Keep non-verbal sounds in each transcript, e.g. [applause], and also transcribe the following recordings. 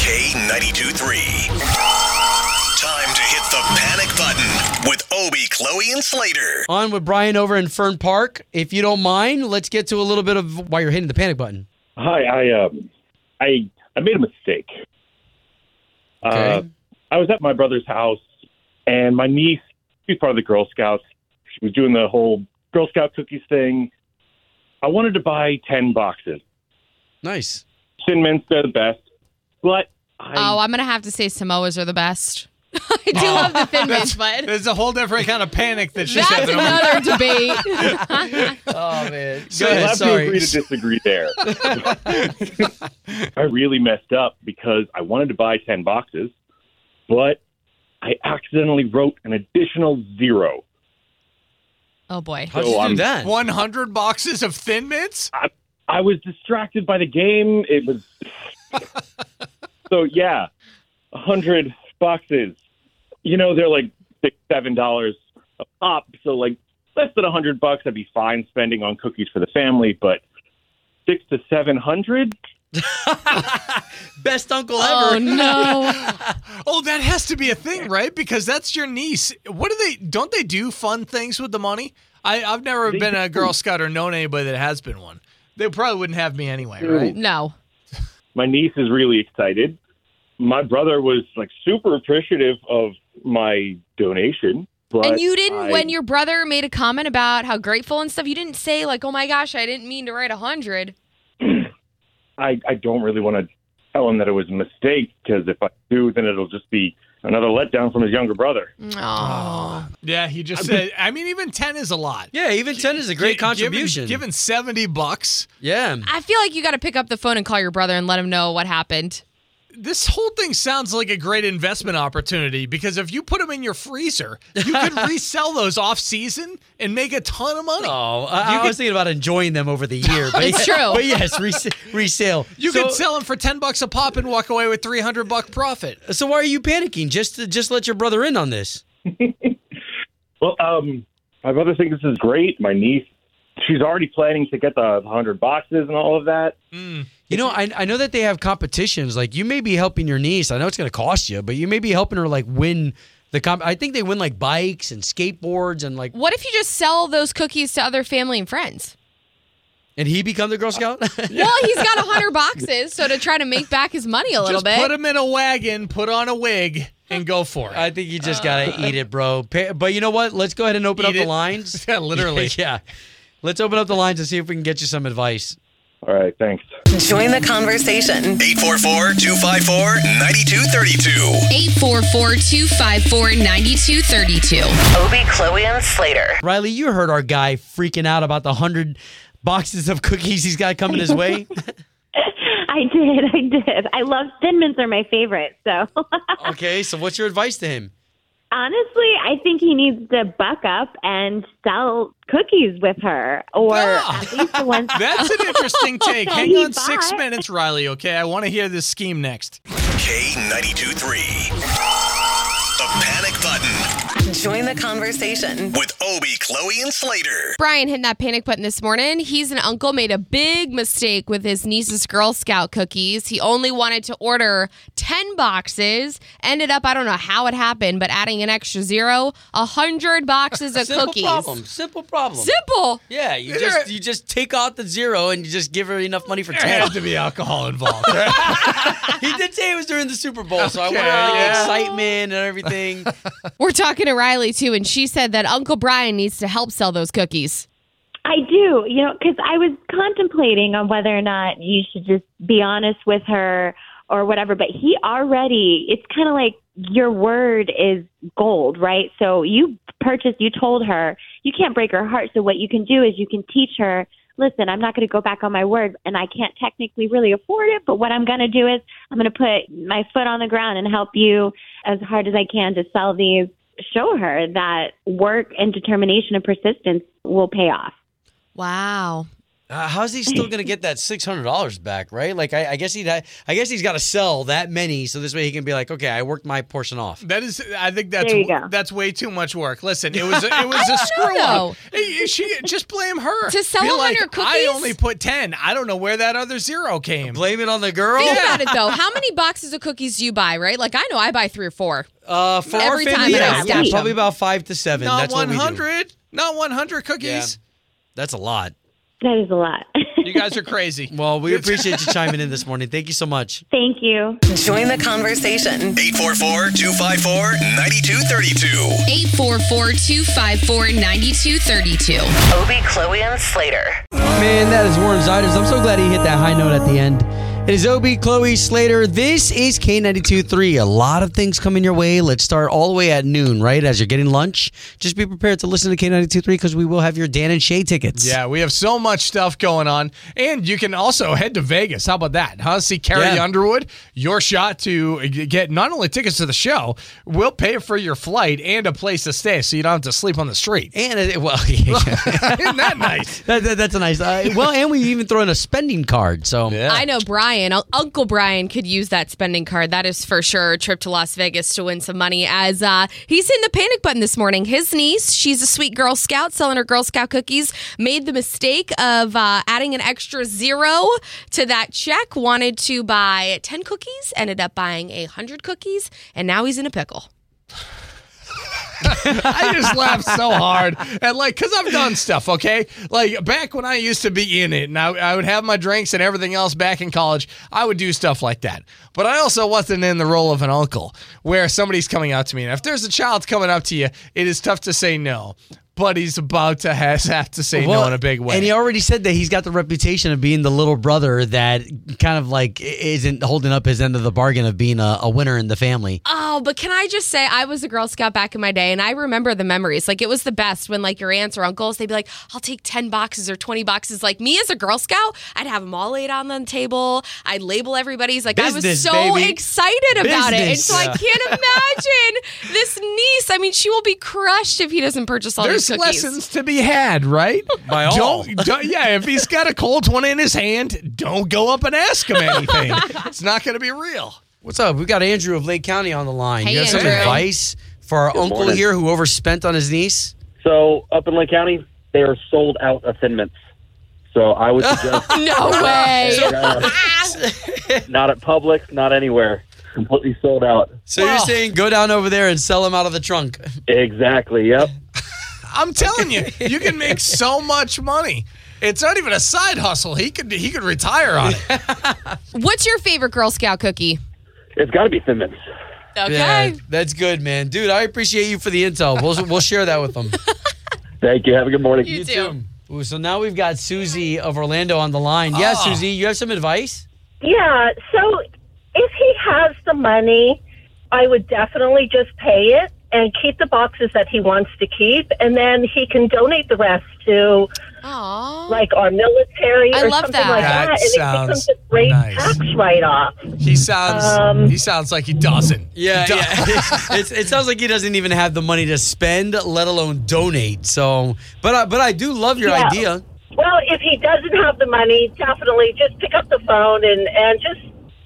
K92 3. Time to hit the panic button with Obi, Chloe, and Slater. On with Brian over in Fern Park. If you don't mind, let's get to a little bit of why you're hitting the panic button. Hi, I um, I I made a mistake. Uh, Okay. I was at my brother's house, and my niece, she's part of the Girl Scouts. She was doing the whole Girl Scout cookies thing. I wanted to buy ten boxes. Nice. Thin mints, they're the best, but I, Oh, I'm gonna have to say Samoas are the best. [laughs] I do Oh. love the thin mints, but There's a whole different kind of panic that she's that's having. I'm- another debate. [laughs] [laughs] Oh man. so Go ahead, we'll have to agree sorry. to disagree [laughs] there. [laughs] I really messed up because I wanted to buy ten boxes, but I accidentally wrote an additional zero. Oh boy. How'd you So do I'm- that? 100 boxes of Thin Mints? I was distracted by the game. It [laughs] was so yeah, a hundred boxes. You know they're like six, seven dollars a pop. So like less than a hundred bucks, I'd be fine spending on cookies for the family. But six to seven hundred. Best uncle ever. Oh no. Oh, that has to be a thing, right? Because that's your niece. What do they? Don't they do fun things with the money? I, I've never They been a do. Girl Scout or known anybody that has been one. They probably wouldn't have me anyway, right? No. My niece is really excited. My brother was like super appreciative of my donation. But And you didn't I- when your brother made a comment about how grateful and stuff, you didn't say like, Oh my gosh, I didn't mean to write a hundred. I, I don't really want to tell him that it was a mistake because if I do, then it'll just be another letdown from his younger brother. Oh. Yeah, he just said. I mean, even 10 is a lot. Yeah, even ten is a great Gi- given- contribution. Given, 70 bucks, yeah. I feel like you gotta pick up the phone and call your brother and let him know what happened. this whole thing sounds like a great investment opportunity because if you put them in your freezer, you [laughs] could resell those off season and make a ton of money. Oh, I, I was thinking about enjoying them over the year. But It's true. But yes, rese- resale. You so, could sell them for 10 bucks a pop and walk away with 300 buck profit. So why are you panicking? Just to, just let your brother in on this. Well, um, my brother thinks this is great. My niece, she's already planning to get the 100 boxes and all of that. You know, I, I know that they have competitions. Like you may be helping your niece. I know it's going to cost you, but you may be helping her like win the comp. I think they win like bikes and skateboards and like. What if you just sell those cookies to other family and friends? And he becomes a Girl Scout. [laughs] Well, he's got a hundred boxes, so to try to make back his money a little just bit. put them in a wagon, put on a wig, and go for [laughs] it. I think you just [laughs] gotta eat it, bro. Pa- But you know what? Let's go ahead and open Eat up the it. lines. Yeah, literally. [laughs] yeah. Let's open up the lines and see if we can get you some advice. All right, thanks. Join the conversation. 844 254 9232. 844-254-9232. Obie, Chloe, and Slater. Riley, you heard our guy freaking out about the hundred boxes of cookies he's got coming his way. I did. I did. I love Thin Mints are my favorite. So [laughs] okay, so what's your advice to him? honestly, I think he needs to buck up and sell cookies with her, or Ah. at least the [laughs] ones. [laughs] That's an interesting take. Hang He on six bought. minutes, Riley, okay? I want to hear this scheme next. K92 3. The panic button Join the conversation. with Obi, Chloe, and Slater. Brian hit that panic button this morning. He's an uncle made a big mistake with his niece's Girl Scout cookies. He only wanted to order 10 boxes. Ended up, I don't know how it happened, but adding an extra zero, a 100 boxes [laughs] of Simple cookies. problem. Simple problem. Simple. Yeah, you just you just take out the zero and you just give her enough money for There ten. has to be alcohol involved. he did say it was during the Super Bowl, so I wonder Okay, the yeah. excitement and [laughs] everything. Uh, We're talking to Riley too, and she said that Uncle Brian needs to help sell those cookies. I do, you know, because I was contemplating on whether or not you should just be honest with her or whatever. But he already, it's kind of like your word is gold, right? So you purchased, you told her, you can't break her heart. So what you can do is you can teach her listen, I'm not going to go back on my word and I can't technically really afford it, but what I'm going to do is I'm going to put my foot on the ground and help you as hard as I can to sell these. Show her that work and determination and persistence will pay off. Wow. Uh, how's he still going to get that six hundred dollars back? Right? Like, I, I guess he, I guess he's got to sell that many, so this way he can be like, okay, I worked my portion off. [laughs] That is, I think that's There you go. that's way too much work. Listen, it was a, it [laughs] was a screw know. up. Hey, She just blame her To sell Be 100 like, I cookies? only put ten. I don't know where that other zero came. Blame it on the girl. Think about it though. How many boxes of cookies do you buy, right? Like I know I buy three or four. Uh, for Every our time family, that I yeah, stash 'em. probably about five to seven. Not That's what one we do. hundred. Not one hundred Yeah, cookies. that's a lot. That is a lot. [laughs] You guys are crazy. [laughs] Well, we appreciate you chiming [laughs] in this morning. Thank you so much. Thank you. Join the conversation. 844 254 9232. 844-254-9232. Obie, Chloe, and Slater. Man, that is Warren Ziders. I'm so glad he hit that high note at the end. It is OB Chloe Slater. This is K92.3. A lot of things coming your way. Let's start all the way at noon, right? As you're getting lunch, just be prepared to listen to K92.3 because we will have your Dan and Shay tickets. Yeah, we have so much stuff going on. And you can also head to Vegas. How about that? Huh? See Carrie Yeah. Underwood, your shot to get not only tickets to the show, we'll pay for your flight and a place to stay so you don't have to sleep on the street. And, it, well, [laughs] yeah, yeah. [laughs] Isn't that nice? That- that- that's a nice. Uh, well, and we even throw in a spending card. So, I know Brian, Un- Uncle Brian could use that spending card. That is for sure. A trip to Las Vegas to win some money as uh, he's in the panic button this morning. His niece, she's a sweet Girl Scout selling her Girl Scout cookies, made the mistake of uh, adding an extra zero to that check, wanted to buy 10 cookies, ended up buying 100 cookies, and now he's in a pickle. I just laugh so hard. And like, cause I've done stuff, okay? Like back when I used to be in it and I, I would have my drinks and everything else back in college, I would do stuff like that. But I also wasn't in the role of an uncle where somebody's coming out to me. And if there's a child coming up to you, it is tough to say no. But he's about to has, have to say Well, no in a big way. And he already said that he's got the reputation of being the little brother that kind of like i- isn't holding up his end of the bargain of being a, a winner in the family. Oh, but can I just say I was a Girl Scout back in my day and I remember the memories. Like it was the best when like your aunts or uncles, they'd be like, I'll take 10 boxes or 20 boxes. Like me as a Girl Scout, I'd have them all laid on the table. I'd label everybody's like I was Business, so baby. excited about it. And Business. so I can't [laughs] imagine this niece. I mean, she will be crushed if he doesn't purchase all There's these cookies. lessons to be had, right? By all. Don't, don't- yeah, if he's got a cold one in his hand, don't go up and ask [laughs] him anything. it's not going to be real. What's up? We've got Andrew of Lake County on the line. Hey, you have some Andrew. advice for our uncle morning. here who overspent on his niece? So up in Lake County, they are sold out of Thin Mints. So I would [laughs] suggest [laughs] No [laughs] way. not at Publix, not anywhere. Completely sold out. So you're saying go down over there and sell him out of the trunk. Exactly. Yep. I'm telling you, you can make so much money. It's not even a side hustle. He could he could retire on it. What's your favorite Girl Scout cookie? It's got to be Thin Mints. Okay. [laughs] Yeah, that's good, man. Dude, I appreciate you for the intel. We'll, [laughs] we'll share that with them. Thank you. Have a good morning. You do. Ooh, so now we've got Susie of Orlando on the line. Yeah, Susie, you have some advice? Yeah. So if he has the money, I would definitely just pay it and keep the boxes that he wants to keep, and then he can donate the rest to Aw. like our military I or love something that. like That that, and it sounds becomes a great nice. tax write-off. [laughs] He sounds Um, he sounds like he doesn't. Yeah, He do- yeah. [laughs] it's, it sounds like he doesn't even have the money to spend, let alone donate. So, but I, but I do love your Yeah. idea. Well, if he doesn't have the money, definitely just pick up the phone and and just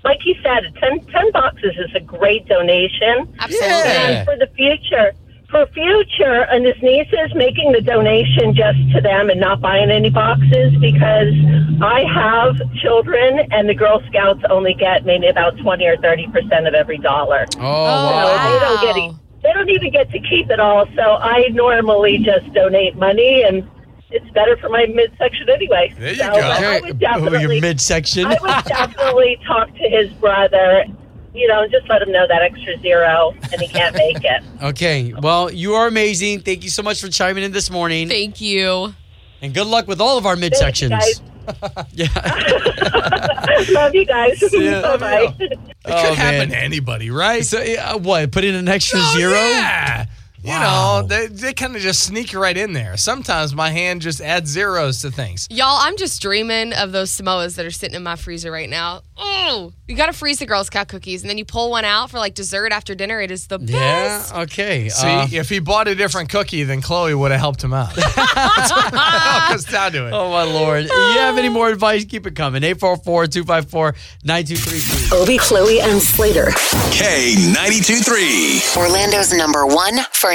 like he said, ten ten boxes is a great donation. Absolutely. And for the future, for future, and his niece is making the donation just to them and not buying any boxes because I have children, and the Girl Scouts only get maybe about twenty or thirty percent of every dollar. Oh, Oh, They don't get wow. it. They don't even get to keep it all. So I normally just donate money, and it's better for my midsection anyway. There you so go. Oh, I would definitely your midsection. I would definitely talk to his brother, you know, and just let him know that extra zero and he can't make it. okay, well, you are amazing. Thank you so much for chiming in this morning, Thank you. and good luck with all of our Thank you, midsections. guys. yeah, [laughs] Love you guys. ya. Bye bye. It could Oh, happen man. to anybody, right? So, yeah, what? Put in an extra Oh, zero. yeah. You know, they, they kind of just sneak right in there. Sometimes my hand just adds zeros to things. Y'all, I'm just dreaming of those Samoas that are sitting in my freezer right now. Oh, you gotta freeze the Girl Scout cookies, and then you pull one out for like dessert after dinner. It is the best. Okay. See, uh, if he bought a different cookie, then Chloe would have helped him [laughs] out. [laughs] Because down to it. oh my lord. you have any more advice? Keep it coming. 844-254-9232. Obi, Chloe, and Slater. K92 3. Orlando's number one for